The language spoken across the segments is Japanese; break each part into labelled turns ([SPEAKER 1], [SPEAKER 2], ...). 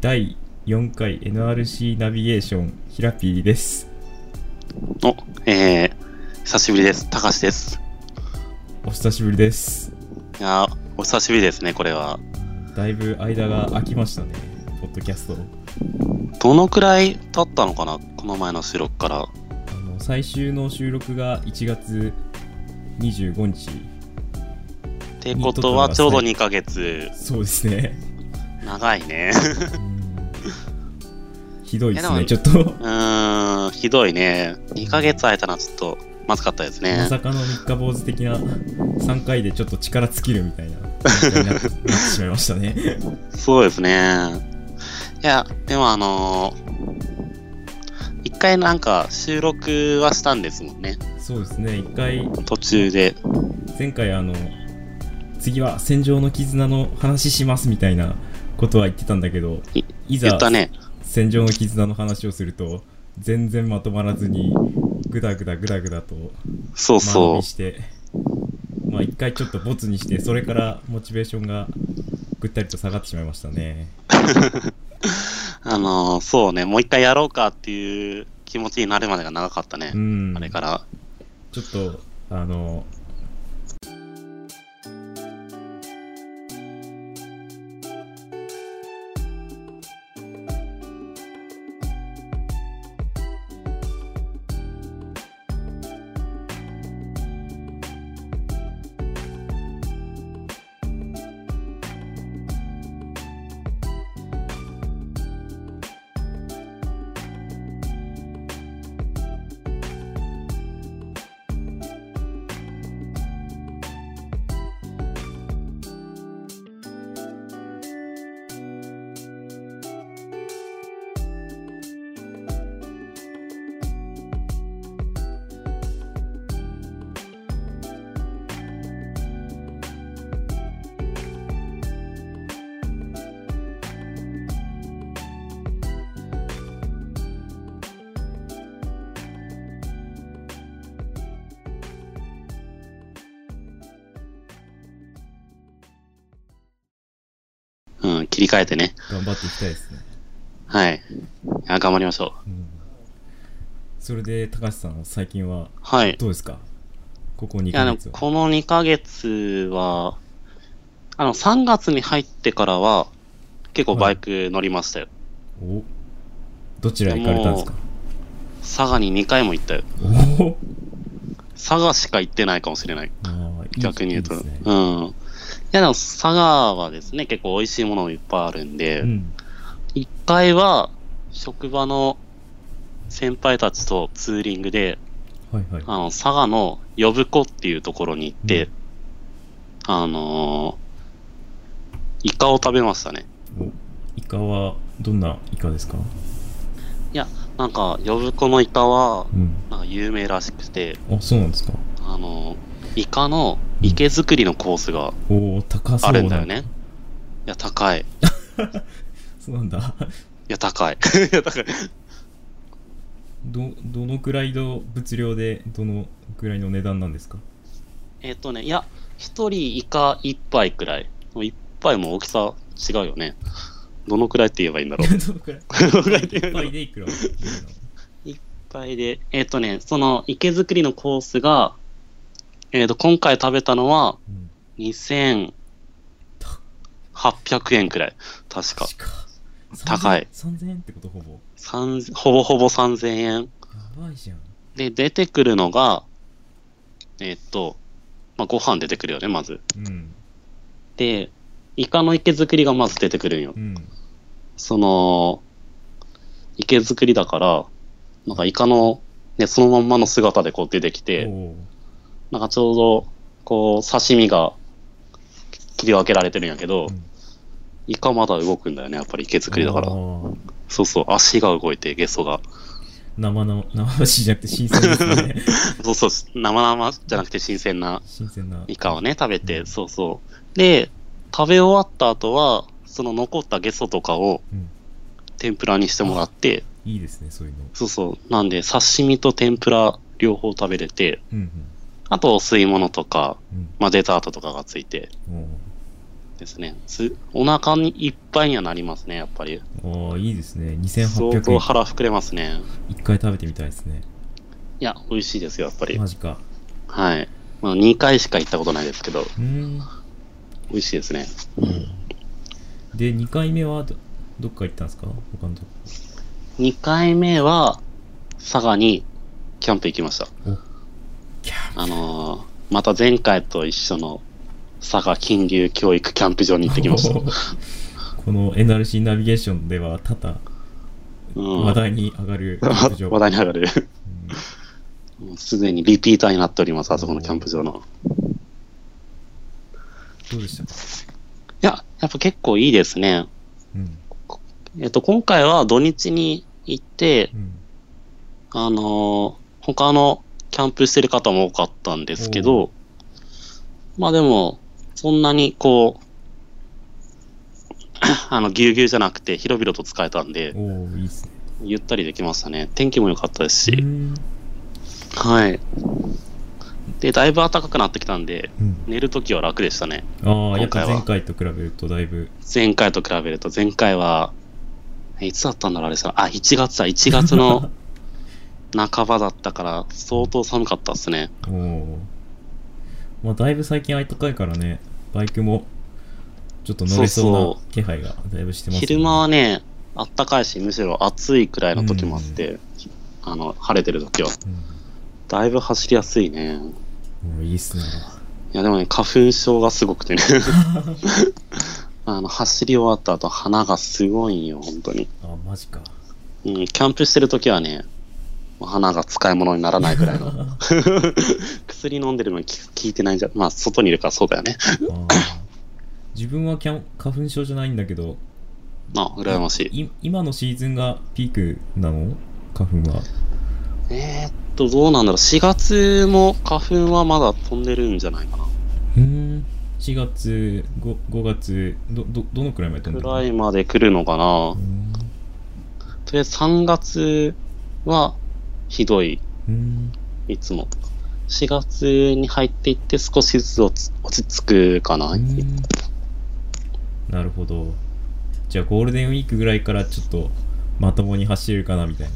[SPEAKER 1] 第4回 NRC ナビゲーションヒラピーです
[SPEAKER 2] お、えー、久しぶりです。高橋です。
[SPEAKER 1] お久しぶりです
[SPEAKER 2] いやーお久しぶりですね、これは。
[SPEAKER 1] だいぶ間が空きましたねポッドキャスト
[SPEAKER 2] どのくらい経ったのかなこの前の収録から。
[SPEAKER 1] あの最終の収録が1月25日
[SPEAKER 2] ってことは、ちょうど2ヶ月。
[SPEAKER 1] そうですね
[SPEAKER 2] 長いね。
[SPEAKER 1] うんひどいです
[SPEAKER 2] い
[SPEAKER 1] ね
[SPEAKER 2] や
[SPEAKER 1] ち
[SPEAKER 2] で
[SPEAKER 1] ょっと
[SPEAKER 2] うーん、ひどいね。2ヶ月空いたのはちょっと、まずかったです
[SPEAKER 1] ま
[SPEAKER 2] ね。
[SPEAKER 1] さかの三日坊主的な3回でちょっと力尽きるみたいな感じになってなってしまいましたね
[SPEAKER 2] そうですね。いや、でもあのー、一回なんか収録はしたんですもんね。
[SPEAKER 1] そうですね一回
[SPEAKER 2] 途中で。
[SPEAKER 1] 前回あの次は戦場の絆の話しますみたいなことは言ってたんだけど
[SPEAKER 2] い
[SPEAKER 1] い
[SPEAKER 2] 言
[SPEAKER 1] ざ
[SPEAKER 2] ったね。
[SPEAKER 1] 戦場の絆の話をすると全然まとまらずにグダグダグダグダと
[SPEAKER 2] そう
[SPEAKER 1] 間延
[SPEAKER 2] そ
[SPEAKER 1] びしてまあ一回ちょっとボツにしてそれからモチベーションがぐったりと下がってしまいましたね
[SPEAKER 2] う。あのー、そうね。もう一回やろうかっていう気持ちになるまでが長かったね
[SPEAKER 1] う。ん
[SPEAKER 2] あれから。
[SPEAKER 1] ちょっとあの
[SPEAKER 2] うん、切り替えてね。
[SPEAKER 1] 頑張っていきたいですね、
[SPEAKER 2] はい。いや頑張りましょう。
[SPEAKER 1] うん、それで高橋さん最近は
[SPEAKER 2] はい。い
[SPEAKER 1] どうですかここ2
[SPEAKER 2] や、
[SPEAKER 1] ヶ
[SPEAKER 2] でも
[SPEAKER 1] 月は
[SPEAKER 2] この2ヶ月は、あの、3月に入ってからは、結構バイク乗りましたよ。
[SPEAKER 1] おどちらへ行かれたんですか
[SPEAKER 2] 佐賀に2回も行ったよ。
[SPEAKER 1] おお
[SPEAKER 2] 佐賀しか行ってないかもしれない。
[SPEAKER 1] あーいい
[SPEAKER 2] 逆に言うと。
[SPEAKER 1] いいですね
[SPEAKER 2] うん。いや、でも佐賀はですね、結構美味しいものもいっぱいあるんで、
[SPEAKER 1] うん
[SPEAKER 2] 1回は、職場の先輩たちとツーリングで、
[SPEAKER 1] はいはい
[SPEAKER 2] あの、佐賀の呼子っていうところに行って、
[SPEAKER 1] う
[SPEAKER 2] あのーイカを食べましたね。
[SPEAKER 1] おイカはどんなイカですか
[SPEAKER 2] なんか、呼子のイカは、
[SPEAKER 1] うん
[SPEAKER 2] なんか有名らしくて、
[SPEAKER 1] あそうなんですか
[SPEAKER 2] あのーイカの池作りのコースが
[SPEAKER 1] おお高そう
[SPEAKER 2] あ
[SPEAKER 1] な
[SPEAKER 2] るんだよね。いや、高い。い
[SPEAKER 1] そうなんだ
[SPEAKER 2] や、高い。 いや、高い。
[SPEAKER 1] どどのくらいの物量でどのくらいの値段なんですか
[SPEAKER 2] えっ、とね、いや、一人イカ一杯くらい。一杯も大きさ違うよね。どのくらいって言えばいいんだろう。
[SPEAKER 1] どのくらい
[SPEAKER 2] どのくらいって
[SPEAKER 1] い
[SPEAKER 2] 言え
[SPEAKER 1] っ
[SPEAKER 2] ば
[SPEAKER 1] ぱ
[SPEAKER 2] いいんだろう
[SPEAKER 1] いでいくら
[SPEAKER 2] いっぱいで、えっ、とね、その池作りのコースが、えっ、と、今回食べたのは
[SPEAKER 1] うん
[SPEAKER 2] 2800円くらい。確か。高い
[SPEAKER 1] 3000円ってことほぼ
[SPEAKER 2] 三ほぼほぼ3000円。
[SPEAKER 1] やばいじゃん
[SPEAKER 2] で、出てくるのが、えっ、と、まあ、ご飯出てくるよね、まず。
[SPEAKER 1] うん
[SPEAKER 2] で、イカの池作りがまず出てくるんよ
[SPEAKER 1] う。ん
[SPEAKER 2] その、池作りだから、なんかイカの、ね、そのまんまの姿でこう出てきて、
[SPEAKER 1] おお
[SPEAKER 2] なんかちょうど、こう、刺身が切り分けられてるんやけど、
[SPEAKER 1] うん
[SPEAKER 2] イカまだ動くんだよね、やっぱり池作りだから
[SPEAKER 1] あ。ー
[SPEAKER 2] そうそう、足が動いて、ゲソが。
[SPEAKER 1] 生の生々しいじゃなくて新鮮です ね
[SPEAKER 2] そうそう、生々じゃなくて新鮮な
[SPEAKER 1] 新鮮な
[SPEAKER 2] イカをね、食べ
[SPEAKER 1] う
[SPEAKER 2] て、
[SPEAKER 1] ん
[SPEAKER 2] そうそう。で、食べ終わった後は、その残ったゲソとかを
[SPEAKER 1] うん
[SPEAKER 2] 天ぷらにしてもらって、
[SPEAKER 1] いいですねそういうの
[SPEAKER 2] そうそう、なんで刺身と天ぷら両方食べれて、
[SPEAKER 1] うん
[SPEAKER 2] あとお吸い物とか、
[SPEAKER 1] うん
[SPEAKER 2] まあデザートとかがついて、
[SPEAKER 1] うんおー
[SPEAKER 2] ですね。すお腹にいっぱいにはなりますね、やっぱり。
[SPEAKER 1] おー、いいですね。
[SPEAKER 2] 相当
[SPEAKER 1] 2800円。
[SPEAKER 2] 腹膨れますね。
[SPEAKER 1] 一回食べてみたいですね。
[SPEAKER 2] いや、美味しいですよ、やっぱり。
[SPEAKER 1] マジか。
[SPEAKER 2] はい。まあ、2回しか行ったことないですけど、
[SPEAKER 1] うーん。
[SPEAKER 2] 美味しいですね。
[SPEAKER 1] で、2回目はどどっか行ったんですか他のとこ。
[SPEAKER 2] 2回目は、佐賀にキャンプ行きました。
[SPEAKER 1] キャン
[SPEAKER 2] あのーまた前回と一緒の佐賀金流教育キャンプ場に行ってき ました。
[SPEAKER 1] この NRC ナビゲーションでは多々
[SPEAKER 2] うん、
[SPEAKER 1] 話題に上がるキャンプ場。
[SPEAKER 2] 話題に上がる。
[SPEAKER 1] うん
[SPEAKER 2] もうすでにリピーターになっております、あそこのキャンプ場の。
[SPEAKER 1] どうでしたか
[SPEAKER 2] いや、やっぱ結構いいですね。
[SPEAKER 1] うん。
[SPEAKER 2] えっと、今回は土日に行って、
[SPEAKER 1] うん。
[SPEAKER 2] あのー他のキャンプしてる方も多かったんですけど、まあでも、そんなにこう、 あの、ぎゅうぎゅうじゃなくて、広々と使えたんで、
[SPEAKER 1] おー、いいですね。
[SPEAKER 2] ゆったりできましたね。天気も良かったです
[SPEAKER 1] う
[SPEAKER 2] し、
[SPEAKER 1] ん。
[SPEAKER 2] はい。で、だいぶ暖かくなってきたんで、
[SPEAKER 1] うん
[SPEAKER 2] 寝るときは楽でしたね。
[SPEAKER 1] ああ、やっ
[SPEAKER 2] 今回
[SPEAKER 1] ぱ
[SPEAKER 2] は
[SPEAKER 1] 前回と比べるとだいぶ。
[SPEAKER 2] 前回と比べると、前回は、えいつだったんだろう、あれさ。あ、1月だ、1月の半ばだったから、相当寒かったっすね。
[SPEAKER 1] おお。まあ、だいぶ最近暖かいからね、バイクもちょっと乗れそ
[SPEAKER 2] そう
[SPEAKER 1] な気配がだいぶしてます、ね。
[SPEAKER 2] 昼間はね、あったかいし、むしろ暑いくらいの時もあって、あの、晴れてる時は。だいぶ走りやすい
[SPEAKER 1] う
[SPEAKER 2] ね。
[SPEAKER 1] ん。もういいっすね。
[SPEAKER 2] いや、でもね、花粉症がすごくてね。あの、走り終わった後、鼻がすごいんよ、本当に。
[SPEAKER 1] あ、マ ジか。
[SPEAKER 2] うん、キャンプしてる時はね、もう鼻が使い物にならないくらいの。
[SPEAKER 1] あ
[SPEAKER 2] 薬飲んでるのに効効いてないんじゃ、まあ、外にいるからそうだよね。
[SPEAKER 1] ー自分はキャン花粉症じゃないんだけど、
[SPEAKER 2] あ、羨ましい。
[SPEAKER 1] い今のシーズンがピークなの花粉は。
[SPEAKER 2] えー、っと、どうなんだろう。4月も花粉はまだ飛んでるんじゃないかな。
[SPEAKER 1] うーん。4月、5, 5月ど、ど、どのくらいまで飛んで
[SPEAKER 2] く
[SPEAKER 1] る
[SPEAKER 2] らいまで来るのかな
[SPEAKER 1] う。ん
[SPEAKER 2] とりあえず3月はひどい、
[SPEAKER 1] うん。
[SPEAKER 2] いつも。4月に入っていって少しずつ落ち落ち着くかな。
[SPEAKER 1] うんなるほどじゃあゴールデンウィークぐらいからちょっとまともに走れるかなみたいな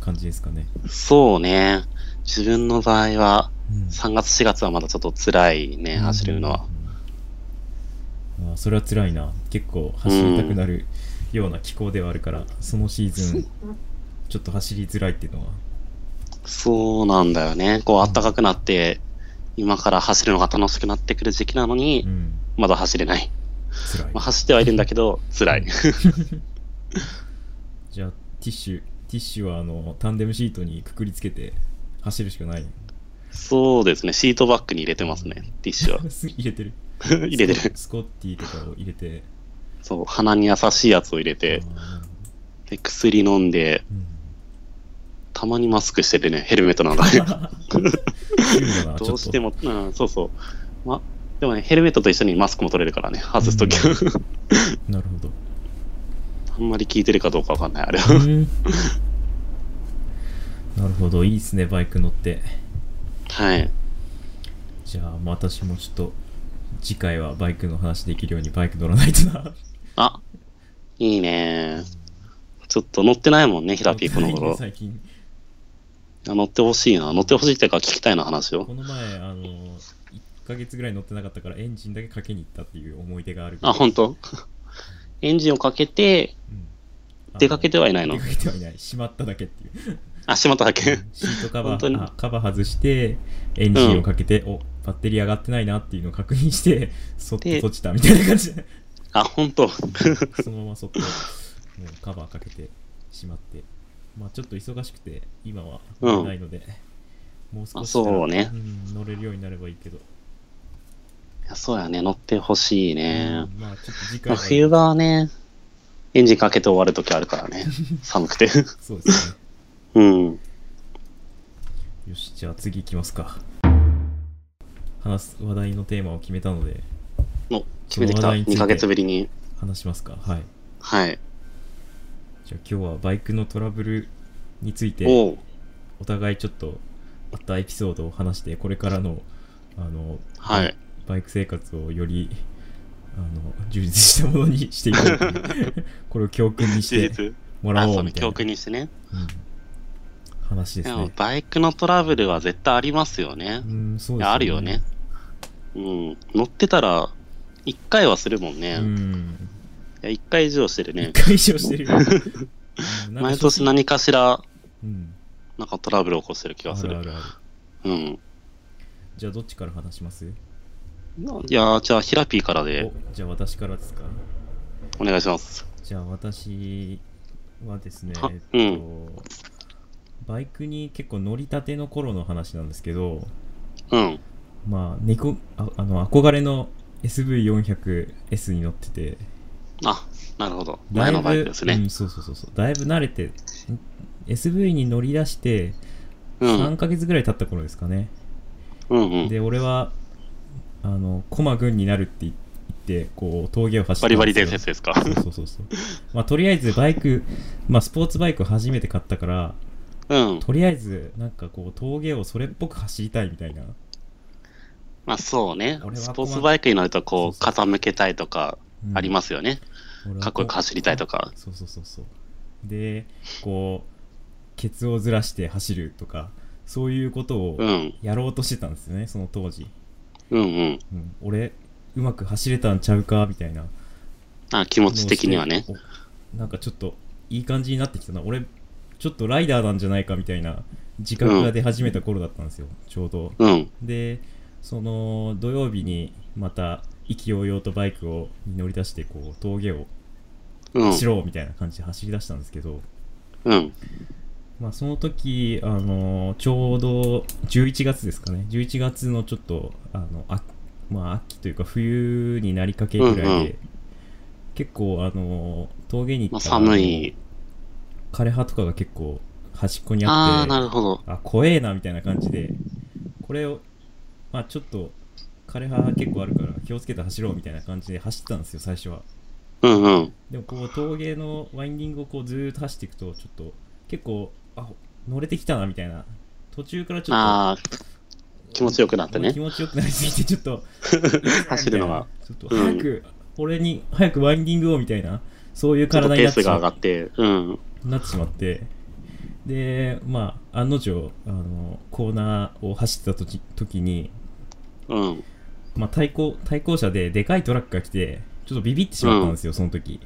[SPEAKER 1] 感じですかね、
[SPEAKER 2] そうね。自分の場合は
[SPEAKER 1] うん
[SPEAKER 2] 3月4月はまだちょっと辛いね、走るのは。、
[SPEAKER 1] うんあそれは辛いな結構走りたくなるような気候ではあるから、そのシーズンちょっと走りづらいっていうのは
[SPEAKER 2] そうなんだよね。こう暖かくなって、今から走るのが楽しくなってくる時期なの
[SPEAKER 1] う
[SPEAKER 2] に、
[SPEAKER 1] ん
[SPEAKER 2] まだ走れない。
[SPEAKER 1] 辛い
[SPEAKER 2] まあ、走ってはいるんだけど、辛い。
[SPEAKER 1] じゃあティッシュティッシュはあのタンデムシートにくくりつけて走るしかない。
[SPEAKER 2] そうですね。シートバッグに入れてますね。ティッシュは
[SPEAKER 1] 入れてる
[SPEAKER 2] 入れてる。
[SPEAKER 1] スコッティとかを入れて
[SPEAKER 2] そう。鼻に優しいやつを入れて、
[SPEAKER 1] あ
[SPEAKER 2] で薬飲んで、
[SPEAKER 1] ーうん
[SPEAKER 2] たまにマスクしててね、ヘルメットなんだね。
[SPEAKER 1] 急だな
[SPEAKER 2] どうして
[SPEAKER 1] も
[SPEAKER 2] も、うん、そうそう。ま、でもね、ヘルメットと一緒にマスクも取れるからね、外すときは。
[SPEAKER 1] なるほど
[SPEAKER 2] あんまり効いてるかどうかわかんない、あれ
[SPEAKER 1] う
[SPEAKER 2] は。
[SPEAKER 1] んなるほどいいですねバイク乗って
[SPEAKER 2] はい。
[SPEAKER 1] じゃあ私もちょっと次回はバイクの話できるようにバイク乗らないとな
[SPEAKER 2] あ、いいねちょっと乗ってないもんね、ヒラピーこの
[SPEAKER 1] 乗ってないね
[SPEAKER 2] 頃。
[SPEAKER 1] 最近
[SPEAKER 2] いや乗ってほしいな。乗ってほしいっていうか聞きたいな話を
[SPEAKER 1] こ。の前あの1ヶ月ぐらい乗ってなかったからエンジンだけかけに行ったっていう思い出がある
[SPEAKER 2] あ、本当 エンジンをかけて、
[SPEAKER 1] うんあの
[SPEAKER 2] 出かけてはいないの
[SPEAKER 1] 出かけてはいないしまっただけっていう
[SPEAKER 2] あ、しまっただけ。
[SPEAKER 1] シートカバ
[SPEAKER 2] 本当に
[SPEAKER 1] ーあカバー外してエンジンをかけて、おバッテリー上がってないなっていうのを確認してそっと
[SPEAKER 2] で
[SPEAKER 1] 閉じたみたいな感じ で
[SPEAKER 2] あ、本当
[SPEAKER 1] そのままそっともうカバーかけてしまってまあちょっと忙しくて今は
[SPEAKER 2] うん
[SPEAKER 1] 乗れないので、もう少
[SPEAKER 2] あ
[SPEAKER 1] ししたら
[SPEAKER 2] そうね
[SPEAKER 1] ん乗れるようになればいいけど、
[SPEAKER 2] いやそうやね、乗ってほしいね
[SPEAKER 1] う。んまあちょっと次
[SPEAKER 2] ま
[SPEAKER 1] 回
[SPEAKER 2] あ
[SPEAKER 1] は
[SPEAKER 2] 冬場はね、エンジンかけて終わるときあるか らね。寒くて。
[SPEAKER 1] そうですね
[SPEAKER 2] うん。
[SPEAKER 1] よしじゃあ次行きますか話す話題のテーマを決めたので
[SPEAKER 2] の、決めてき
[SPEAKER 1] そ
[SPEAKER 2] た。
[SPEAKER 1] の話題について
[SPEAKER 2] 2ヶ月ぶりに。
[SPEAKER 1] 話しますかはい
[SPEAKER 2] はい。
[SPEAKER 1] じゃあ今日はバイクのトラブルについて
[SPEAKER 2] おう。
[SPEAKER 1] お互いちょっとあったエピソードを話してこれからのあの、
[SPEAKER 2] はい。
[SPEAKER 1] バイク生活をよりあの充実したものにしていこうっていうこれを教訓に
[SPEAKER 2] 事
[SPEAKER 1] して
[SPEAKER 2] 実。
[SPEAKER 1] もらお
[SPEAKER 2] あ、そうの
[SPEAKER 1] みたい
[SPEAKER 2] 教
[SPEAKER 1] な、
[SPEAKER 2] 訓にしてね。
[SPEAKER 1] うん、話で
[SPEAKER 2] ですも
[SPEAKER 1] ね。
[SPEAKER 2] バイクのトラブルは絶対ありますよね
[SPEAKER 1] う。ん、そう
[SPEAKER 2] い
[SPEAKER 1] です
[SPEAKER 2] やあるよね。。うん。乗ってたら、一回はするもんね。
[SPEAKER 1] う
[SPEAKER 2] い
[SPEAKER 1] ん。
[SPEAKER 2] や一回以上してるね
[SPEAKER 1] 一。回以上してるよ。うん なんか
[SPEAKER 2] 毎年何かしら、
[SPEAKER 1] うん、
[SPEAKER 2] なんかトラブル起こしてる気
[SPEAKER 1] あ
[SPEAKER 2] がす
[SPEAKER 1] るあ
[SPEAKER 2] る。
[SPEAKER 1] るある。
[SPEAKER 2] うん。
[SPEAKER 1] じゃあどっちから話します
[SPEAKER 2] いやー、じゃあ、ヒラピーからで
[SPEAKER 1] おじゃあ私からですか
[SPEAKER 2] お願いします。
[SPEAKER 1] じゃあ私はですね、
[SPEAKER 2] は
[SPEAKER 1] えっと、バイクに結構乗りたての頃の話なんですけど、
[SPEAKER 2] うん。
[SPEAKER 1] まあ、猫ああの憧れの SV400S に乗ってて、
[SPEAKER 2] あ、なるほど。
[SPEAKER 1] だ
[SPEAKER 2] 前
[SPEAKER 1] いぶ
[SPEAKER 2] のバイクです
[SPEAKER 1] う
[SPEAKER 2] ね。
[SPEAKER 1] ん、そうそうそうそう、だいぶ慣れて、ん SV に乗り出して
[SPEAKER 2] うん。
[SPEAKER 1] 3ヶ月ぐらい経った頃ですかね。
[SPEAKER 2] うんうん。
[SPEAKER 1] で、俺は、あの、駒軍になるって言って、こう、峠を走
[SPEAKER 2] バ
[SPEAKER 1] って
[SPEAKER 2] リ
[SPEAKER 1] た
[SPEAKER 2] バ
[SPEAKER 1] んで
[SPEAKER 2] リ
[SPEAKER 1] すよ
[SPEAKER 2] 伝説ですか。
[SPEAKER 1] そうそうそうそう。まあ、とりあえずバイク、まあ、スポーツバイクを初めて買ったから、
[SPEAKER 2] うん。
[SPEAKER 1] とりあえず、なんかこう、峠をそれっぽく走りたいみたいな。
[SPEAKER 2] まあそうね
[SPEAKER 1] 俺。は
[SPEAKER 2] スポーツバイクに乗るとこう
[SPEAKER 1] そう
[SPEAKER 2] 傾けたいとかありますよね。
[SPEAKER 1] うん、俺は
[SPEAKER 2] かっこよく走りたいとか。
[SPEAKER 1] そうそうそうそう。で、こう、ケツをずらして走るとか、そういうことを
[SPEAKER 2] うん。
[SPEAKER 1] やろうとしてたんですよね、その当時。
[SPEAKER 2] うんうん。
[SPEAKER 1] うん、俺、うまく走れたんちゃうかみたいな。
[SPEAKER 2] あ気持ち的にはね。
[SPEAKER 1] おなんかちょっといい感じになってきたな俺ちょっとライダーなんじゃないかみたいな自覚が出始めた頃だったんですよ、ちょうど
[SPEAKER 2] うん。
[SPEAKER 1] でその土曜日にまた意気揚々とバイクをに乗り出してこう峠を
[SPEAKER 2] うん。
[SPEAKER 1] 走ろうみたいな感じで走り出したんですけど、
[SPEAKER 2] うん。
[SPEAKER 1] まあその時あのちょうど11月ですかね11月のちょっとあのあまあ秋というか冬になりかけぐらいで、
[SPEAKER 2] うんうん
[SPEAKER 1] 結構あの峠に行
[SPEAKER 2] まあ
[SPEAKER 1] ったら
[SPEAKER 2] 寒い。
[SPEAKER 1] 枯れ葉とかが結構端っこにあっ
[SPEAKER 2] ああ、
[SPEAKER 1] て
[SPEAKER 2] なるほど。
[SPEAKER 1] あ怖えなみたいな感じでこれをまあちょっと枯れ葉結構あるから気をつけて走ろうみたいな感じで走ってたんですよ最初は
[SPEAKER 2] うんうん。
[SPEAKER 1] でもこう峠のワインディングをこうずーっと走っていくとちょっと結構あ乗れてきたなみたいな途中からちょっと
[SPEAKER 2] ああ、気持ちよくなってね
[SPEAKER 1] 気持ちよくなりすぎてちょっと
[SPEAKER 2] 走るのが
[SPEAKER 1] ちょっと早く、俺に早くワインディングをみたいなそういう
[SPEAKER 2] ちょっと
[SPEAKER 1] 体にな
[SPEAKER 2] ペー
[SPEAKER 1] って
[SPEAKER 2] ス
[SPEAKER 1] し
[SPEAKER 2] が
[SPEAKER 1] ま
[SPEAKER 2] 上
[SPEAKER 1] っ
[SPEAKER 2] がって。うん。
[SPEAKER 1] なってしまってでまあ案の定あのコーナーを走ってた時時に、
[SPEAKER 2] うん。
[SPEAKER 1] まあ、対向対向車ででかいトラックが来てちょっとビビってしまったんですよ、その時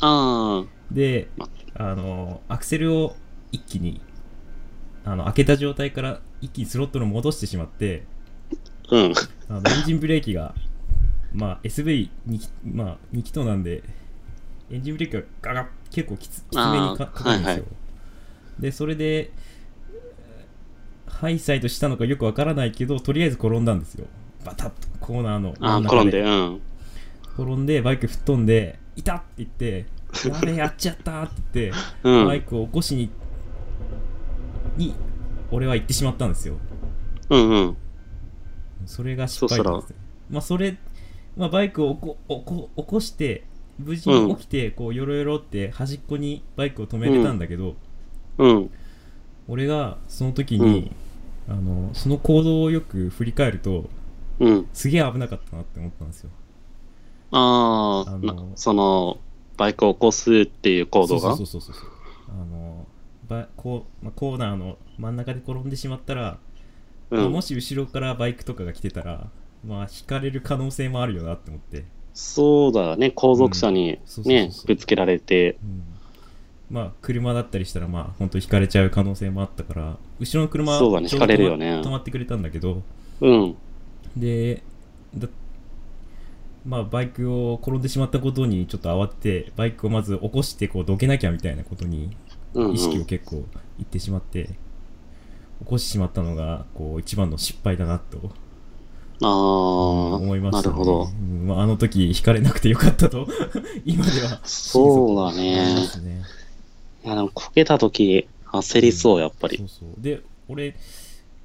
[SPEAKER 2] ああ、
[SPEAKER 1] で
[SPEAKER 2] ま
[SPEAKER 1] あのアクセルを一気にあの開けた状態から一気にスロットルを戻してしまって
[SPEAKER 2] うん。
[SPEAKER 1] あのエンジンブレーキが、まあ、SV2 気,、まあ、2気筒なんで、エンジンブレーキがガガッ結構きつきつめにか
[SPEAKER 2] あー
[SPEAKER 1] かかるんですよ。
[SPEAKER 2] はいはい
[SPEAKER 1] で、それで、えーハイサイドしたのかよくわからないけど、とりあえず転んだんですよ。バタッとコーナーの
[SPEAKER 2] ああ、
[SPEAKER 1] 真中
[SPEAKER 2] 転んで。うん。
[SPEAKER 1] 転んで、バイク吹っ飛んで、いたって言って、やべえ、やっちゃったって言って、
[SPEAKER 2] う
[SPEAKER 1] バイ
[SPEAKER 2] ん。
[SPEAKER 1] クを起こしに、に、俺は行ってしまったんですよ。
[SPEAKER 2] うんうん。
[SPEAKER 1] それが失敗なんですね。まあそれ、まあ、バイクを起こ起こ起こして、無事に起きて、こう、よろよろって端っこにバイクを止めれたんだけど、
[SPEAKER 2] うん。
[SPEAKER 1] 俺がその時に、あの、その行動をよく振り返ると、
[SPEAKER 2] うん。
[SPEAKER 1] すげえ危なかったなって思ったんですよ。
[SPEAKER 2] あ
[SPEAKER 1] あ
[SPEAKER 2] あ、
[SPEAKER 1] の
[SPEAKER 2] なその、バイクを起こすっていう行動が
[SPEAKER 1] そう。そうそうそうそう。あの、ばこうまあ、コーナーの真ん中で転んでしまったら、
[SPEAKER 2] う
[SPEAKER 1] まあ
[SPEAKER 2] ん
[SPEAKER 1] も。し後ろからバイクとかが来てたら、まあ、引かれる可能性もあるよなって思って。
[SPEAKER 2] そうだね、後続車に
[SPEAKER 1] そうそうそう
[SPEAKER 2] ね
[SPEAKER 1] そ、う
[SPEAKER 2] ぶつけられて、
[SPEAKER 1] うんまあ車だったりしたらまあ本当ひかれちゃう可能性もあったから後ろの車
[SPEAKER 2] そうだね
[SPEAKER 1] ちょど
[SPEAKER 2] ひかれるよね
[SPEAKER 1] 止ま止まってくれたんだけど
[SPEAKER 2] うん、
[SPEAKER 1] でだまあバイクを転んでしまったことにちょっと慌ててバイクをまず起こしてこうどけなきゃみたいなことに
[SPEAKER 2] うん、うん。
[SPEAKER 1] 意識を結構いってしまって起こしてしまったのがこう一番の失敗だなと
[SPEAKER 2] ああ、
[SPEAKER 1] 思いました、
[SPEAKER 2] なるほど。
[SPEAKER 1] うんまあ、あの時ひかれなくてよかったと 今では
[SPEAKER 2] そうだ
[SPEAKER 1] 思いま
[SPEAKER 2] ね。
[SPEAKER 1] すね
[SPEAKER 2] いや、でもこけた時焦りそう、やっぱり
[SPEAKER 1] そ。うそうで俺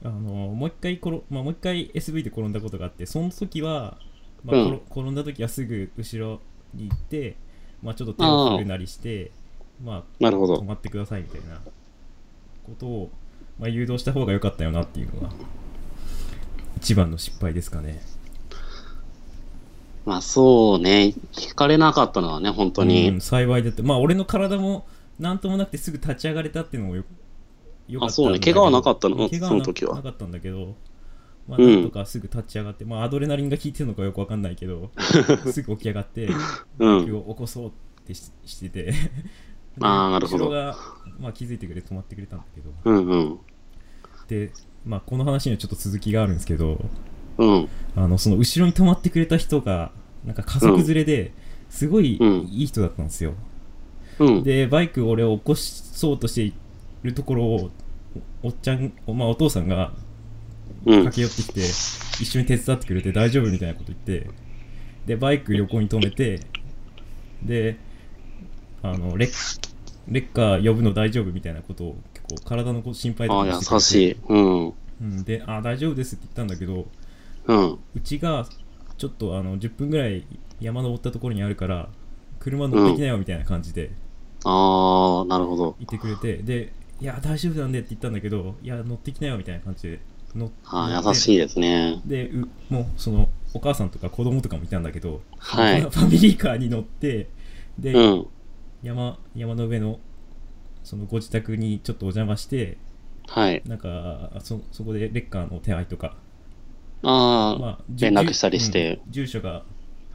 [SPEAKER 1] あのもう一回転、まあ、もう一回 SV で転んだことがあってその時は、まあ
[SPEAKER 2] うん
[SPEAKER 1] 転転んだ時はすぐ後ろに行って、まあ、ちょっと手を振るなりしてま
[SPEAKER 2] なるほ
[SPEAKER 1] あ、止
[SPEAKER 2] ど。
[SPEAKER 1] まってくださいみたいなことを、まあ、誘導した方が良かったよなっていうのが一番の失敗ですかね
[SPEAKER 2] まあそうね、聞かれなかったのはね、本当に。
[SPEAKER 1] うん幸いだってまあ俺の体もなんともなくてすぐ立ち上がれたっていうのもよよかったんだけど
[SPEAKER 2] あそうね怪我はなかったの
[SPEAKER 1] うん怪我
[SPEAKER 2] その時は
[SPEAKER 1] ななかったんだけどまあ
[SPEAKER 2] うん
[SPEAKER 1] なんとかすぐ立ち上がって、まあアドレナリンが効いてるのかよくわかんないけ どすぐ起き上がって
[SPEAKER 2] う
[SPEAKER 1] 今
[SPEAKER 2] ん。
[SPEAKER 1] 日起こそうってししてて
[SPEAKER 2] あーなるほど
[SPEAKER 1] 後ろが、まあ、気づいてくれて止まってくれたんだけど
[SPEAKER 2] うんうん。
[SPEAKER 1] で、まあ、この話にはちょっと続きがあるんですけど
[SPEAKER 2] うん。
[SPEAKER 1] あのその後ろに止まってくれた人がなんか家族連れですごい
[SPEAKER 2] うん
[SPEAKER 1] いい人だったんですよ、
[SPEAKER 2] うん。
[SPEAKER 1] でバイク俺を起こそうとしているところをおおっちゃん、おまあ、お父さんが
[SPEAKER 2] うん
[SPEAKER 1] 駆。け寄ってきて、一緒に手伝ってくれて大丈夫みたいなこと言ってでバイク横に止めてであのレッレッカー呼ぶの大丈夫みたいなことを結構体のこう心配と
[SPEAKER 2] あ
[SPEAKER 1] か
[SPEAKER 2] あ、
[SPEAKER 1] してくれて
[SPEAKER 2] 優しい。うん。
[SPEAKER 1] うん、であ大丈夫ですって言ったんだけど
[SPEAKER 2] うん。
[SPEAKER 1] うちがちょっとあの10分ぐらい山登ったところにあるから車乗ってきなよみたいな感じで
[SPEAKER 2] ああ、なるほど。
[SPEAKER 1] 言ってくれて、でいや大丈夫なんでって言ったんだけどいや乗ってきなよみたいな感じで乗っ
[SPEAKER 2] ああ、
[SPEAKER 1] 乗
[SPEAKER 2] 優
[SPEAKER 1] って
[SPEAKER 2] しいですね。
[SPEAKER 1] でうもうそのお母さんとか子供とかもいたんだけど、
[SPEAKER 2] は い
[SPEAKER 1] ファファミリーカーに乗ってで、
[SPEAKER 2] うん。
[SPEAKER 1] 山山の上のそのご自宅にちょっとお邪魔して
[SPEAKER 2] はい。
[SPEAKER 1] なんかそそこでレッカーの手配とか、
[SPEAKER 2] あ
[SPEAKER 1] まあ、じゅ
[SPEAKER 2] 連絡したりして
[SPEAKER 1] うん住所がは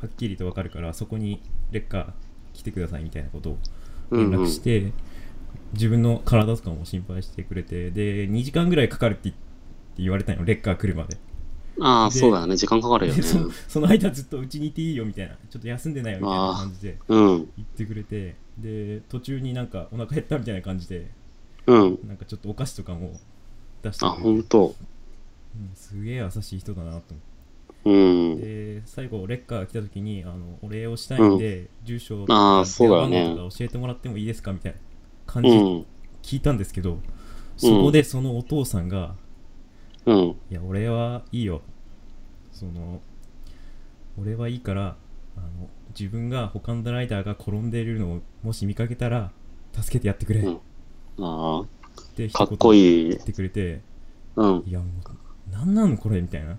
[SPEAKER 1] っきりと分かるからそこにレッカー来てくださいみたいなことを
[SPEAKER 2] あ、う
[SPEAKER 1] 連
[SPEAKER 2] ん、
[SPEAKER 1] 絡
[SPEAKER 2] うん
[SPEAKER 1] し。て、自分の体とかも心配してくれてで2時間ぐらいかかるって言って言われたのレッカー来るまで。
[SPEAKER 2] ああ、
[SPEAKER 1] で
[SPEAKER 2] そうだよね。時間かかるよ
[SPEAKER 1] で
[SPEAKER 2] ね。
[SPEAKER 1] そその間ずっとうちにいていいよみたいなちょっと休んでないよみたいな感じで
[SPEAKER 2] うん。
[SPEAKER 1] 言ってくれてで途中になんかお腹減ったみたいな感じで
[SPEAKER 2] うん。
[SPEAKER 1] なんかちょっとお菓子とかも出して
[SPEAKER 2] あ、
[SPEAKER 1] くれて、
[SPEAKER 2] ほんと。
[SPEAKER 1] うんすげえ優しい人だなと思
[SPEAKER 2] う
[SPEAKER 1] っ
[SPEAKER 2] ん。
[SPEAKER 1] てで最後レッカー来た時にあのお礼をしたいんで、住所とか
[SPEAKER 2] あーそうだよね
[SPEAKER 1] 電話番号とか教えてもらってもいいですかみたいな感じ
[SPEAKER 2] う
[SPEAKER 1] で
[SPEAKER 2] ん。
[SPEAKER 1] 聞いたんですけど、そこでそのお父さんが、
[SPEAKER 2] うん。
[SPEAKER 1] いや、俺はいいよ。その、俺はいいから、あの、自分が他のライダーが転んでいるのをもし見かけたら、助けてやってくれっ
[SPEAKER 2] うんあ
[SPEAKER 1] て
[SPEAKER 2] あ、かっこ
[SPEAKER 1] い
[SPEAKER 2] いい
[SPEAKER 1] 言っ。てくれて、
[SPEAKER 2] うん。
[SPEAKER 1] いや、もう、なんなのこれみたいな。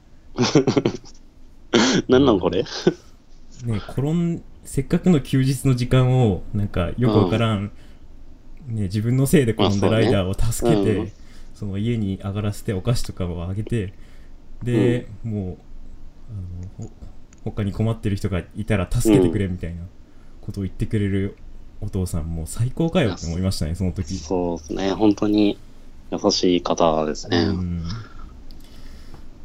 [SPEAKER 2] なんなんこれ
[SPEAKER 1] ね、転ん、せっかくの休日の時間を、なんか、よくわからん、ね、自分のせいで転んだ
[SPEAKER 2] まあそう
[SPEAKER 1] ラ
[SPEAKER 2] ね
[SPEAKER 1] イダーを助けて、
[SPEAKER 2] うん
[SPEAKER 1] その家に上がらせてお菓子とかをあげて、で、もう、あの、ほ他に困ってる人がいたら助けてくれみたいなことを言ってくれるお父さん、もう最高かよって思いましたね、その時。
[SPEAKER 2] そうですね。本当に優しい方ですね。
[SPEAKER 1] うん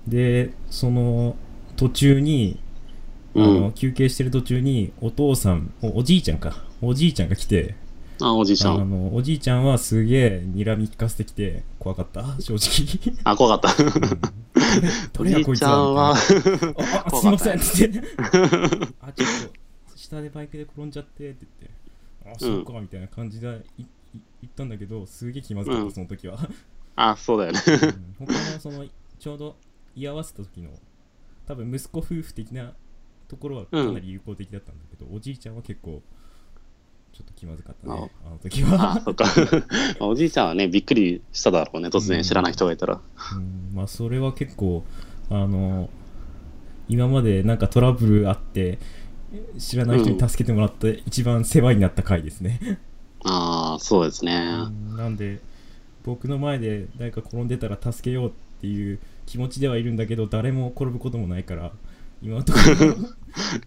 [SPEAKER 1] で、その、途中に、あ
[SPEAKER 2] う
[SPEAKER 1] の
[SPEAKER 2] ん。
[SPEAKER 1] 休憩してる途中にお父さんおおじいちゃんかおじいちゃんが来て
[SPEAKER 2] あ、おじいち
[SPEAKER 1] あ
[SPEAKER 2] ゃん。
[SPEAKER 1] のおじいちゃんはすげえ睨み聞かせてきて怖かった正 直
[SPEAKER 2] あ、怖かった。
[SPEAKER 1] ど
[SPEAKER 2] お
[SPEAKER 1] れ
[SPEAKER 2] じ
[SPEAKER 1] や
[SPEAKER 2] い
[SPEAKER 1] こいつ
[SPEAKER 2] ちゃんは
[SPEAKER 1] み、たいなああすいませんっつって あちょっと下でバイクで転んじゃってって言ってあそうかみたいな感じでいい言ったんだけどすげえ気まずかっ
[SPEAKER 2] う
[SPEAKER 1] た
[SPEAKER 2] ん
[SPEAKER 1] その時は、
[SPEAKER 2] あ、そうだよね。
[SPEAKER 1] うん他のそのちょうど居合わせた時の多分息子夫婦的なところはかなり有効的だったんだけど、おじいちゃんは結構ちょっと気まずかったねあの時
[SPEAKER 2] あ
[SPEAKER 1] は、
[SPEAKER 2] そっか。 まあおじいちゃんはね、びっくりしただろうね。突然知らない人がいたら。
[SPEAKER 1] うん、まあそれは結構あの今までなんかトラブルあって知らない人に助けてもらった一番世話になった回ですね、
[SPEAKER 2] ああ、そうですね。
[SPEAKER 1] うんなんで僕の前で誰か転んでたら助けようっていう気持ちではいるんだけど誰も転ぶこともないから今のところ
[SPEAKER 2] い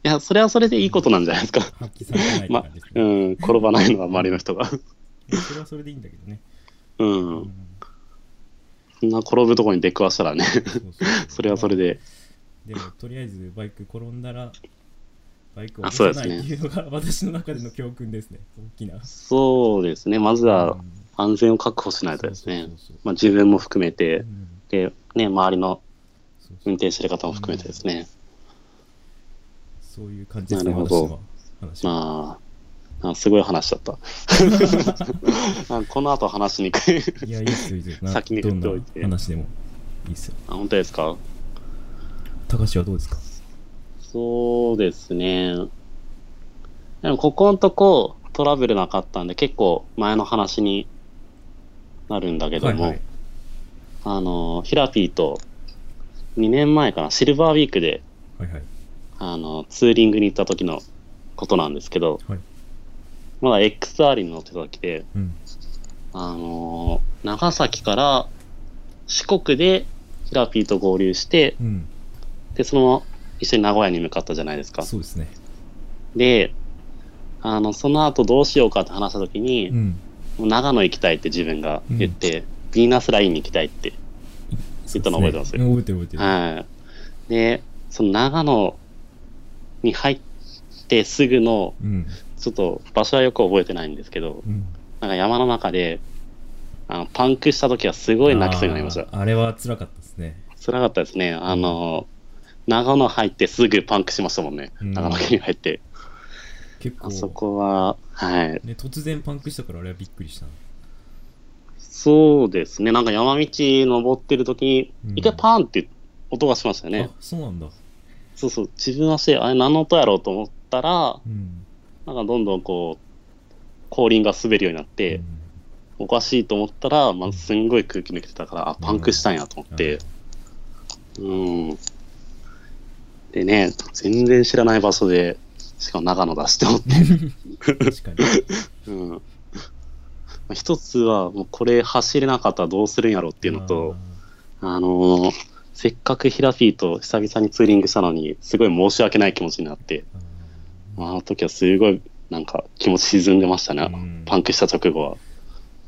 [SPEAKER 2] や、それはそれでいいことなんじゃないですか。
[SPEAKER 1] 発揮されてないって
[SPEAKER 2] ま
[SPEAKER 1] 感じです
[SPEAKER 2] う
[SPEAKER 1] ね、
[SPEAKER 2] ん、転ばないのは周りの人が。
[SPEAKER 1] それはそれでいいんだけどね、
[SPEAKER 2] う。
[SPEAKER 1] うんん
[SPEAKER 2] そんな転ぶとこに出くわしたらね、
[SPEAKER 1] そうそうそう
[SPEAKER 2] それはそれで。
[SPEAKER 1] でもとりあえずバイク転んだらバイクを
[SPEAKER 2] あ
[SPEAKER 1] 落とさ
[SPEAKER 2] そ
[SPEAKER 1] な
[SPEAKER 2] う
[SPEAKER 1] い
[SPEAKER 2] で
[SPEAKER 1] っ
[SPEAKER 2] す
[SPEAKER 1] てい
[SPEAKER 2] ね
[SPEAKER 1] うのが私の中での教訓ですね大きな
[SPEAKER 2] そうですね。まずは
[SPEAKER 1] うん
[SPEAKER 2] 安全を確保しないとですね
[SPEAKER 1] そう。そうそう
[SPEAKER 2] まあ、自分も含め
[SPEAKER 1] う
[SPEAKER 2] て、
[SPEAKER 1] ん
[SPEAKER 2] で、ね、周りの
[SPEAKER 1] そうそう
[SPEAKER 2] 運転してる方も含めてですね。
[SPEAKER 1] そういう感じですね
[SPEAKER 2] なるほど
[SPEAKER 1] 私の話は
[SPEAKER 2] まあ、あすごい話だった。 あこの後話しにくい。
[SPEAKER 1] いやいいっすよいいっすよな
[SPEAKER 2] 先に
[SPEAKER 1] ど
[SPEAKER 2] 振
[SPEAKER 1] ん
[SPEAKER 2] っておいて
[SPEAKER 1] な話でもいいっすよ
[SPEAKER 2] あ本当ですか
[SPEAKER 1] 高橋はどうですか
[SPEAKER 2] そうですね。でも、ここのとこトラブルなかったんで、結構前の話になるんだけども、
[SPEAKER 1] はいはい
[SPEAKER 2] あの、ヒラピーと2年前かな、シルバーウィークで
[SPEAKER 1] はいはい
[SPEAKER 2] あの、ツーリングに行った時のことなんですけど、
[SPEAKER 1] はい
[SPEAKER 2] まだ XR に乗ってた時で、
[SPEAKER 1] うん
[SPEAKER 2] あのー長崎から四国でヒラピーと合流して、
[SPEAKER 1] うん
[SPEAKER 2] で、そのまま一緒に名古屋に向かったじゃないですか。
[SPEAKER 1] そうですね
[SPEAKER 2] で、あの、その後どうしようかって話した時に、
[SPEAKER 1] うん
[SPEAKER 2] もう長野行きたいって自分が言って、ヴィーナスラインに行きたいって。言ったの覚えてます
[SPEAKER 1] そうですね覚えてる覚えてる
[SPEAKER 2] はい。で、その長野に入ってすぐの、
[SPEAKER 1] うん
[SPEAKER 2] ちょっと場所はよく覚えてないんですけど、
[SPEAKER 1] うん
[SPEAKER 2] なんか山の中で、あのパンクした時はすごい泣きそうになりました。
[SPEAKER 1] あーあれは辛かったですね
[SPEAKER 2] 辛かったですね。あの、長野入ってすぐパンクしましたもんね。
[SPEAKER 1] うん
[SPEAKER 2] 長野県に入って。
[SPEAKER 1] 結構
[SPEAKER 2] あそこは、はい。
[SPEAKER 1] ね、突然パンクしたからあれはびっくりしたな
[SPEAKER 2] そうですね。なんか山道登ってる時
[SPEAKER 1] うん
[SPEAKER 2] に、一回パーンって音がしましたよね。
[SPEAKER 1] あそうなんだ
[SPEAKER 2] そうそう。自分はして、あれ何の音やろうと思ったら、
[SPEAKER 1] うん
[SPEAKER 2] なんかどんどんこう、後輪が滑るようになって、
[SPEAKER 1] うん
[SPEAKER 2] おかしいと思ったら、まあ、すんごい空気抜けてたから、あ、パンクしたんやと思って、うん。でね、全然知らない場所で、しかも長野だしと思って、
[SPEAKER 1] 確 かに
[SPEAKER 2] うん。まあ一つは、もうこれ走れなかったらどうするんやろっていうのと、あのーせっかくヒラフィーと久々にツーリングしたのに、すごい申し訳ない気持ちになって、
[SPEAKER 1] あー
[SPEAKER 2] まああの時はすごい、なんか気持ち沈んでましたね、
[SPEAKER 1] うん
[SPEAKER 2] パンクした直後は。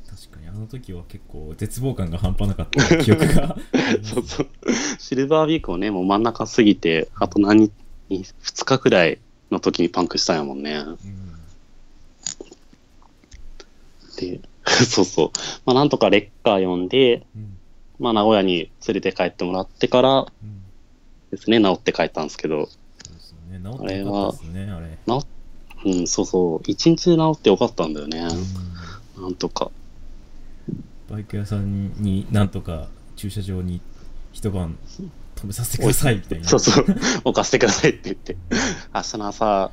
[SPEAKER 1] 確かにあの時は結構絶望感が半端なかった 記憶が
[SPEAKER 2] そうそう。シルバーウィークをね、もう真ん中過ぎて、あと何、2日くらいの時にパンクしたんやもんね。
[SPEAKER 1] うん
[SPEAKER 2] で、 そうそう。まあ、なんとかレッカー呼んで、
[SPEAKER 1] うん
[SPEAKER 2] まあ、名古屋に連れて帰ってもらってから
[SPEAKER 1] うん
[SPEAKER 2] ですね、治って帰ったんですけど、
[SPEAKER 1] そうですよね治ってよかったですねあれ
[SPEAKER 2] うん、そうそう。一日で治ってよかったんだよね。
[SPEAKER 1] うん
[SPEAKER 2] なんとか。
[SPEAKER 1] バイク屋さんになんとか駐車場に一晩止めさせてくださいみたいな
[SPEAKER 2] そうそう。置かせてくださいって言って、明日の朝、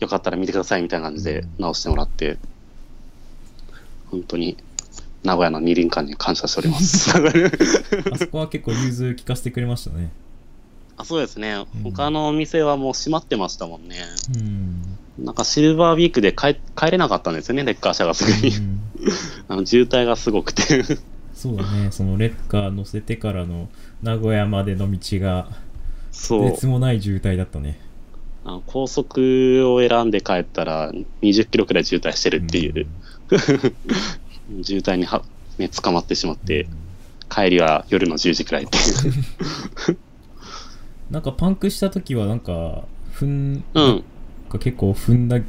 [SPEAKER 2] よかったら見てくださいみたいな感じで直してもらって、本当に、名古屋の二輪館に感謝しております。
[SPEAKER 1] あそこは結構融通聞かせてくれましたね
[SPEAKER 2] あそうですね
[SPEAKER 1] うん。
[SPEAKER 2] 他のお店はもう閉まってましたもんね。
[SPEAKER 1] うん
[SPEAKER 2] なんかシルバーウィークで帰帰れなかったんですよね、レッカー車がすぐに。
[SPEAKER 1] うん
[SPEAKER 2] あの渋滞がすごくて。
[SPEAKER 1] そうだね、そのレッカー乗せてからの名古屋までの道が、
[SPEAKER 2] そう。
[SPEAKER 1] 別もない渋滞だったね。
[SPEAKER 2] あの高速を選んで帰ったら20キロくらい渋滞してるっていう。渋滞には、ね、捕まってしまって、
[SPEAKER 1] うん
[SPEAKER 2] 帰りは夜の10時くらいっていう。
[SPEAKER 1] なんかパンクした時は、なんか、踏ん、
[SPEAKER 2] うん。
[SPEAKER 1] か結構踏んだ、踏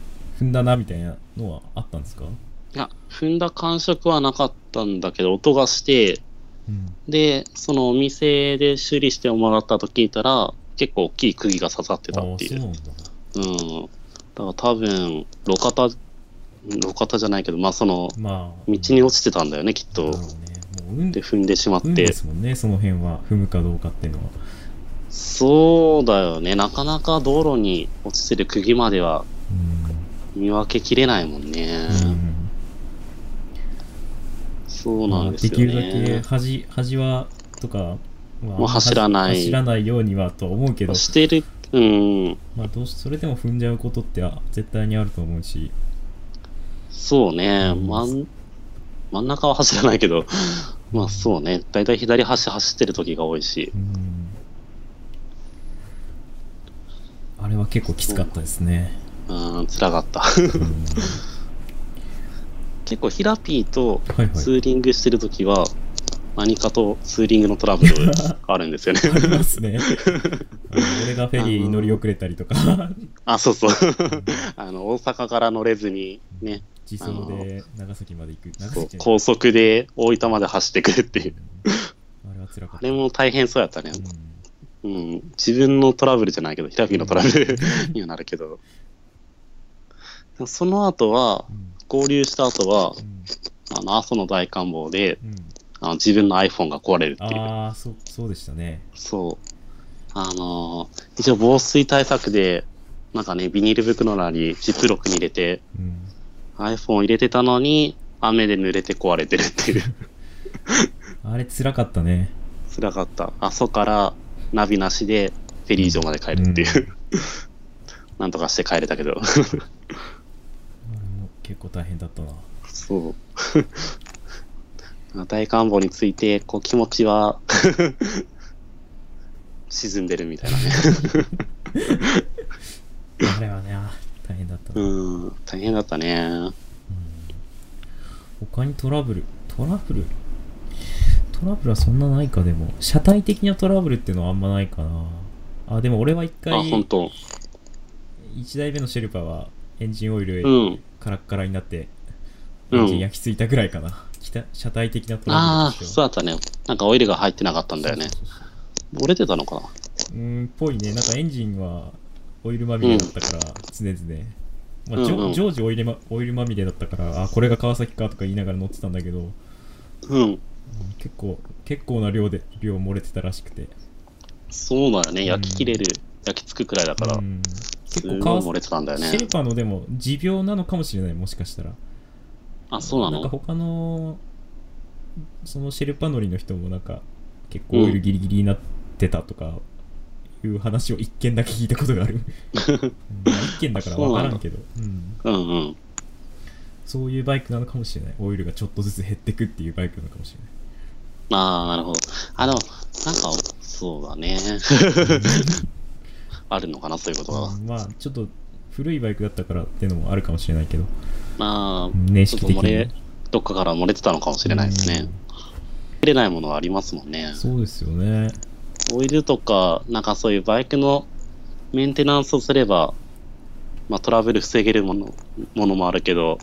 [SPEAKER 1] んだなみたいなのはあったんですか
[SPEAKER 2] いや、踏んだ感触はなかったんだけど、音がして、
[SPEAKER 1] うん。
[SPEAKER 2] で、そのお店で修理してもらったと聞いたら、結構大きい釘が刺さってたってい
[SPEAKER 1] あ
[SPEAKER 2] う。
[SPEAKER 1] あ、そうなんだ。
[SPEAKER 2] うん。だから多分、路肩、路肩じゃないけど、まあその、
[SPEAKER 1] まあ。
[SPEAKER 2] 道に落ちてたんだよね、きっ
[SPEAKER 1] な
[SPEAKER 2] と
[SPEAKER 1] る。ほどね。もう運
[SPEAKER 2] で、踏んでしまっ
[SPEAKER 1] 運
[SPEAKER 2] て
[SPEAKER 1] で。すもんね、その辺は。踏むかどうかっていうのは。
[SPEAKER 2] そうだよね。なかなか道路に落ちてる釘までは
[SPEAKER 1] う
[SPEAKER 2] 見分けきれないもん
[SPEAKER 1] ん。
[SPEAKER 2] ね。
[SPEAKER 1] うん
[SPEAKER 2] そうなんです
[SPEAKER 1] で
[SPEAKER 2] よ
[SPEAKER 1] きるだけ
[SPEAKER 2] ね。
[SPEAKER 1] 端端はとか
[SPEAKER 2] まあ
[SPEAKER 1] は
[SPEAKER 2] 走らない
[SPEAKER 1] 走らないようにはとは思うけど、
[SPEAKER 2] してる、うん。
[SPEAKER 1] まあ、どうしそれでも踏んじゃうことってあ絶対にあると思うし、
[SPEAKER 2] そうね、
[SPEAKER 1] うん
[SPEAKER 2] 真ん真ん中は走らないけど、 まあそうね、だいたい左端走ってる時が多いし、
[SPEAKER 1] うん、あれは結構きつかったですね。
[SPEAKER 2] うーん、辛かった。
[SPEAKER 1] うん
[SPEAKER 2] 結構ヒラピーと
[SPEAKER 1] はいは
[SPEAKER 2] ツ
[SPEAKER 1] い。
[SPEAKER 2] ーリングしてる時は、何かとツーリングのトラ ブルがあるんですよね。
[SPEAKER 1] ありますね。あの俺がフェリーに乗り遅れたりとか、
[SPEAKER 2] あ、そうそう。 あの、大阪から乗れずに、ね、
[SPEAKER 1] 自走で長崎まで行く。長
[SPEAKER 2] そう
[SPEAKER 1] 崎じゃない
[SPEAKER 2] 高速で大分まで走ってくるっていう。
[SPEAKER 1] うんあれは辛かっ
[SPEAKER 2] あ
[SPEAKER 1] た。
[SPEAKER 2] れも大変そうやったね。
[SPEAKER 1] うん
[SPEAKER 2] うん、自分のトラブルじゃないけど、ヒラピーのトラブルにはなるけど。でもその後は、
[SPEAKER 1] うん
[SPEAKER 2] 合流した後は、
[SPEAKER 1] うん
[SPEAKER 2] あの、阿蘇の大観望で、
[SPEAKER 1] うん
[SPEAKER 2] あの自分の iPhone が壊れるっていう。
[SPEAKER 1] ああ、そう、そうでしたね。
[SPEAKER 2] そう。あのー一応防水対策で、なんかね、ビニール袋なり、ジップロックに入れて、
[SPEAKER 1] うん。
[SPEAKER 2] iPhone を入れてたのに、雨で濡れて壊れてるって いう。
[SPEAKER 1] あれ、辛かったね。
[SPEAKER 2] 辛かった。阿蘇からナビなしで、フェリー場まで帰るっていう。なんとかして帰れたけど。
[SPEAKER 1] あれも結構大変だったな。
[SPEAKER 2] そう。 大観望について、こう気持ちは 沈んでるみた いなね。
[SPEAKER 1] あれはね、あ大変だったな。うん
[SPEAKER 2] うん、大変だったね。
[SPEAKER 1] 他にトラブル、トラブルトラブルはそんなないか、でも。車体的なトラブルっていうのはあんまないかな。あ、でも俺は一
[SPEAKER 2] あ、
[SPEAKER 1] 回、
[SPEAKER 2] 本当。
[SPEAKER 1] 1台目のシェルパーはエンジンオイルへ
[SPEAKER 2] うん。
[SPEAKER 1] カラッカラになって、
[SPEAKER 2] うん
[SPEAKER 1] エンジン焼き付いたぐらいかな。きた車体的なトラ
[SPEAKER 2] あ
[SPEAKER 1] ブ
[SPEAKER 2] あ、
[SPEAKER 1] ル
[SPEAKER 2] そう
[SPEAKER 1] う
[SPEAKER 2] だったね。なんかオイルが入ってなかったんだよね。
[SPEAKER 1] そうそうそう
[SPEAKER 2] 折れてたのかな
[SPEAKER 1] うーん、ぽいね。なんかエンジンはオイルまみれだったから、常々。まあ、じょ
[SPEAKER 2] うんうん
[SPEAKER 1] 常時オイルまオイルまみれだったから、あ、これが川崎かとか言いながら乗ってたんだけど、うん
[SPEAKER 2] うん。
[SPEAKER 1] 結構、結構な量で、量漏れてたらしくて。
[SPEAKER 2] そうだよね。
[SPEAKER 1] ん
[SPEAKER 2] 焼き切れる、焼きつくくらいだから
[SPEAKER 1] う、ん、
[SPEAKER 2] す
[SPEAKER 1] 結
[SPEAKER 2] ごい
[SPEAKER 1] 構
[SPEAKER 2] 漏
[SPEAKER 1] 川
[SPEAKER 2] れてたんだよ
[SPEAKER 1] 崎、
[SPEAKER 2] ね
[SPEAKER 1] シ。ェルパーのでも持病なのかもしれない、もしかしたら。
[SPEAKER 2] あ、そうな
[SPEAKER 1] なんか
[SPEAKER 2] の
[SPEAKER 1] 他の、そのシェルパ乗りの人もなんか、結構オイルギリギリになってたとか、いう話を一件だけ聞いたことがある。うんまあ一件だからわからん けど。うん
[SPEAKER 2] うんうん。
[SPEAKER 1] そういうバイクなのかもしれない。オイルがちょっとずつ減ってくっていうバイクなのかもし
[SPEAKER 2] ああ、なるほど。あ、でも、なんか、そう だね。
[SPEAKER 1] れない。
[SPEAKER 2] あるのかな、そういうことが
[SPEAKER 1] う。んまあ、ちょっと古いバイクだったからっていうのもあるかもしれないけど、
[SPEAKER 2] まあ、
[SPEAKER 1] 年
[SPEAKER 2] ちょっ
[SPEAKER 1] 式
[SPEAKER 2] と
[SPEAKER 1] 的
[SPEAKER 2] 漏
[SPEAKER 1] に。
[SPEAKER 2] れ、どっかから漏れてたのかもしれないですね。切れないものはありますもんね
[SPEAKER 1] うん。そうですよね。
[SPEAKER 2] オイルとか、なんかそういうバイクのメンテナンスをすれば、まあトラブル防げるものものもあるけど、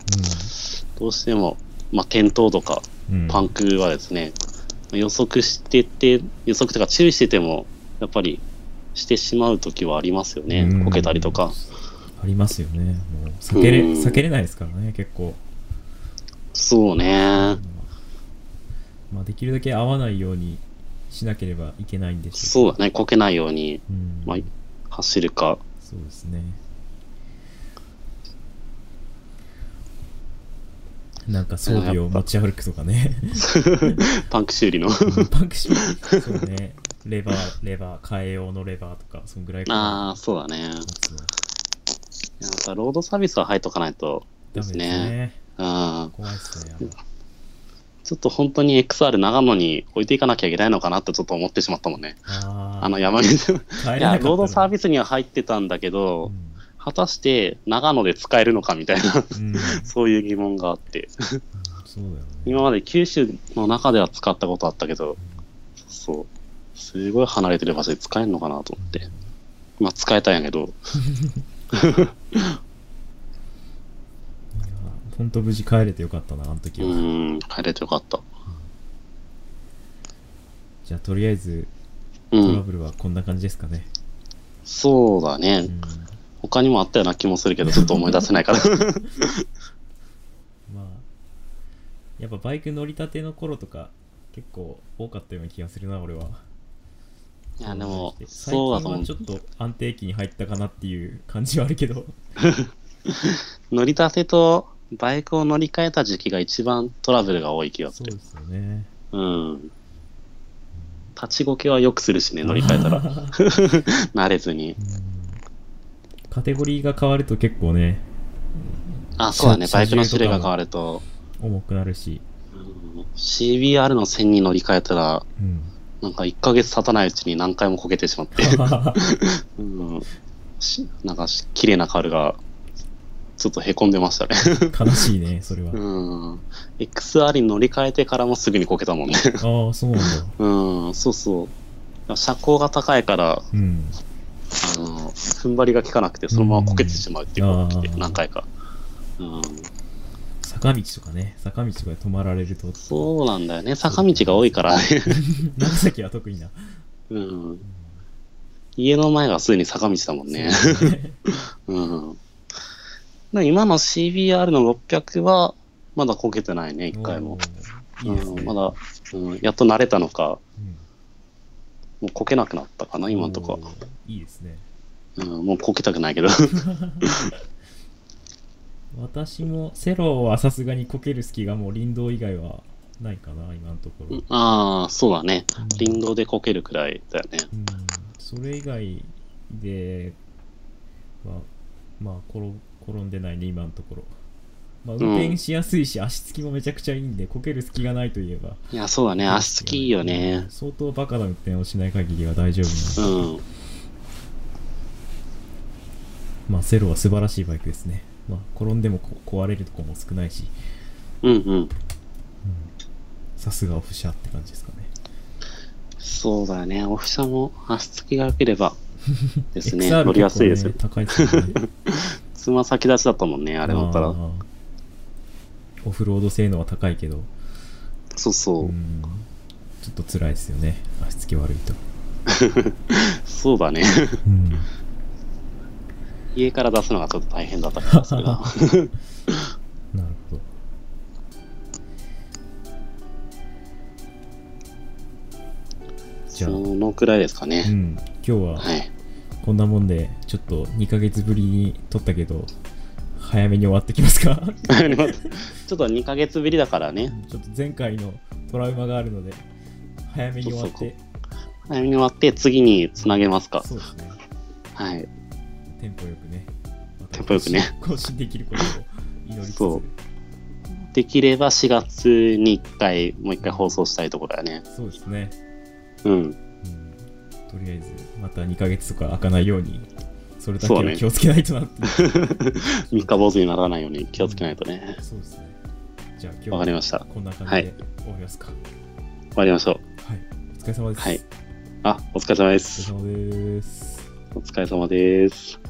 [SPEAKER 2] どうしても、まあ転倒とか
[SPEAKER 1] うん。うん
[SPEAKER 2] パンクはですね、予測してて、予測とか注意してても、やっぱりしてしまう時はありますよね
[SPEAKER 1] う。ん
[SPEAKER 2] こけたりとか。
[SPEAKER 1] ありますよね。もう避けれ、
[SPEAKER 2] うん
[SPEAKER 1] 避けれないですからね、結構。
[SPEAKER 2] そう
[SPEAKER 1] あ
[SPEAKER 2] ね
[SPEAKER 1] の。まあ、できるだけ合わないようにしなければいけないんでしょ
[SPEAKER 2] そうだね。こけないように
[SPEAKER 1] う。うん。
[SPEAKER 2] まあ走るか。
[SPEAKER 1] そうですね。なんか装備を持ち歩くとかね。
[SPEAKER 2] パンク修理の。
[SPEAKER 1] パンクション。そうね。レバー、レバー、替え用のレバーとか、そんぐらいかな。
[SPEAKER 2] ああ、そうだね。
[SPEAKER 1] 持つの
[SPEAKER 2] やっぱロードサービスは入っとかないと、
[SPEAKER 1] ダメですね。
[SPEAKER 2] うん、
[SPEAKER 1] 怖いっすね。あの
[SPEAKER 2] ちょっと本当に XR 長野に置いていかなきゃいけないのかなってちょっと思ってしまったもんね。
[SPEAKER 1] あー
[SPEAKER 2] あの山に。い
[SPEAKER 1] 帰れなか
[SPEAKER 2] や、
[SPEAKER 1] った
[SPEAKER 2] ロードサービ
[SPEAKER 1] ス。
[SPEAKER 2] スには入ってたんだけ
[SPEAKER 1] う
[SPEAKER 2] ど、
[SPEAKER 1] ん
[SPEAKER 2] 果たして長野で使えるのかみたいな、
[SPEAKER 1] うん、
[SPEAKER 2] そういう疑問があって。
[SPEAKER 1] そうだよね。
[SPEAKER 2] 今まで九州の中では使ったことあったけど、そう。すごい離れてる場所で使えるのかなと思って。まあ使えたんやけど、
[SPEAKER 1] 本当無事帰れてよかったな、あの時
[SPEAKER 2] う
[SPEAKER 1] は。
[SPEAKER 2] ん、帰れてよかった。
[SPEAKER 1] じゃあ、とりあえず、
[SPEAKER 2] う
[SPEAKER 1] トラ
[SPEAKER 2] ん、
[SPEAKER 1] ブルはこんな感じですかね。
[SPEAKER 2] そうだね。
[SPEAKER 1] うん
[SPEAKER 2] 他にもあったような気もするけど、ちょっと思い出せない から。
[SPEAKER 1] まあ、やっぱバイク乗りたての頃とか、結構多かったような気がするな、俺は。
[SPEAKER 2] いや、でも、
[SPEAKER 1] 最近
[SPEAKER 2] そうだと思
[SPEAKER 1] は
[SPEAKER 2] う
[SPEAKER 1] ちょ。っと安定期に入ったかなっていう感じはあるけ ど、
[SPEAKER 2] 乗り立てとバイクを乗り換えた時期が一番トラブルが多い気がす
[SPEAKER 1] そう
[SPEAKER 2] る。
[SPEAKER 1] ですよね。
[SPEAKER 2] うん。立ちこけはよくするしね、乗り換えたら。
[SPEAKER 1] うん
[SPEAKER 2] 慣れずに。
[SPEAKER 1] カテゴリーが変わると結構ね、
[SPEAKER 2] あ、そうだね。
[SPEAKER 1] 車
[SPEAKER 2] バイクの種類
[SPEAKER 1] 車重とか
[SPEAKER 2] が
[SPEAKER 1] も
[SPEAKER 2] 変わると、
[SPEAKER 1] 重くなるし、
[SPEAKER 2] うん CBR の線に乗り換えたら、
[SPEAKER 1] うん、
[SPEAKER 2] なんか1ヶ月経たないうちに何回もこけてしまって、うん、しなんかし綺麗なカールが、ちょっとへこんでましたね。
[SPEAKER 1] 悲しいね、それは。
[SPEAKER 2] うん。XR に乗り換えてからもすぐにこけたもんね。
[SPEAKER 1] ああ、そうなんだ。
[SPEAKER 2] うん、そうそう。車高が高いから、
[SPEAKER 1] うん。
[SPEAKER 2] あの、踏ん張りが効かなくて、そのままこけてしまうっていうことが起き
[SPEAKER 1] う
[SPEAKER 2] て、
[SPEAKER 1] ん
[SPEAKER 2] 何回か。うん、
[SPEAKER 1] 坂道とかね、坂道とかで止まられると、
[SPEAKER 2] そうなんだよね。坂道が多いからね。
[SPEAKER 1] 長崎は特にな。
[SPEAKER 2] うん、家の前がすでに坂道だもんね。
[SPEAKER 1] そうね
[SPEAKER 2] うん、で今の CBR の600は、まだこけてない ね、一回も。
[SPEAKER 1] おーいいです
[SPEAKER 2] う
[SPEAKER 1] ね。
[SPEAKER 2] ん、まだ、うん、やっと慣れたのか、
[SPEAKER 1] うん、
[SPEAKER 2] もうこけなくなったかな、今のとこ
[SPEAKER 1] お。ーいいですね。
[SPEAKER 2] うん、もうこけたくないけど。
[SPEAKER 1] 私もセロはさすがにこける隙がもう林道以外はないかな、今のところ。うん、
[SPEAKER 2] ああ、そうだね。林道でこけるくらいだよね。
[SPEAKER 1] それ以外では、まあ、転転んでないね、今のところ。まあ、運転しやすいし、足つきもめちゃくちゃいいんで、こける隙がないといえば。
[SPEAKER 2] いや、そうだね。足つきいいよね。
[SPEAKER 1] 相当バカな運転をしない限りは大丈夫な
[SPEAKER 2] う
[SPEAKER 1] ので、
[SPEAKER 2] ん。
[SPEAKER 1] まあ、セロは素晴らしいバイクですね。まあ、転んでもこ壊れるとこも少ないし、
[SPEAKER 2] うんうん。
[SPEAKER 1] さすがオフ車って感じですかね。
[SPEAKER 2] そうだね。オフ車も足つきが良ければですね。
[SPEAKER 1] XR
[SPEAKER 2] 乗りやすいですよ。
[SPEAKER 1] 結構ね高いですよね。
[SPEAKER 2] つま先立ちだったもん ね、あれ乗った
[SPEAKER 1] あ
[SPEAKER 2] ら。
[SPEAKER 1] ーオフロード性能は高いけど、
[SPEAKER 2] そうそう。
[SPEAKER 1] うんちょっと辛いですよね。足つき悪いと。
[SPEAKER 2] そうだね。
[SPEAKER 1] うん
[SPEAKER 2] 家から出すのがちょっと大変だったからするな
[SPEAKER 1] なるほど。 じゃあ
[SPEAKER 2] そのくらいですか
[SPEAKER 1] う
[SPEAKER 2] ね。
[SPEAKER 1] ん、今日は
[SPEAKER 2] はい。
[SPEAKER 1] こんなもんで、ちょっと2ヶ月ぶりに撮ったけど、早めに終わってき ますか
[SPEAKER 2] ちょっと2ヶ月ぶりだからね。
[SPEAKER 1] ちょっと前回のトラウマがあるので、早めに終わって、
[SPEAKER 2] 早めに終わって次につなげますか。
[SPEAKER 1] そうですね、
[SPEAKER 2] はい。
[SPEAKER 1] テンポよくね、また
[SPEAKER 2] テンポよくね
[SPEAKER 1] 更新更新できることを祈りつつ、
[SPEAKER 2] そうできれば4月に1回、もう1回放送したいところだね。
[SPEAKER 1] そうですね、
[SPEAKER 2] うん。
[SPEAKER 1] うん、とりあえず、また2ヶ月とか開かないように、それだけ
[SPEAKER 2] そう
[SPEAKER 1] は
[SPEAKER 2] ね
[SPEAKER 1] 気をつけないとなって。
[SPEAKER 2] 三日坊主にならないように気をつけないとね。
[SPEAKER 1] そうですね。じゃあ今日
[SPEAKER 2] わかりました。
[SPEAKER 1] こんな感
[SPEAKER 2] は
[SPEAKER 1] じ
[SPEAKER 2] い
[SPEAKER 1] で終わりますか。はい。
[SPEAKER 2] 終わりましょう。
[SPEAKER 1] お疲れ様です。
[SPEAKER 2] はいあ、お疲れ様で
[SPEAKER 1] お
[SPEAKER 2] す。
[SPEAKER 1] 疲れ様です。
[SPEAKER 2] お疲れ様です。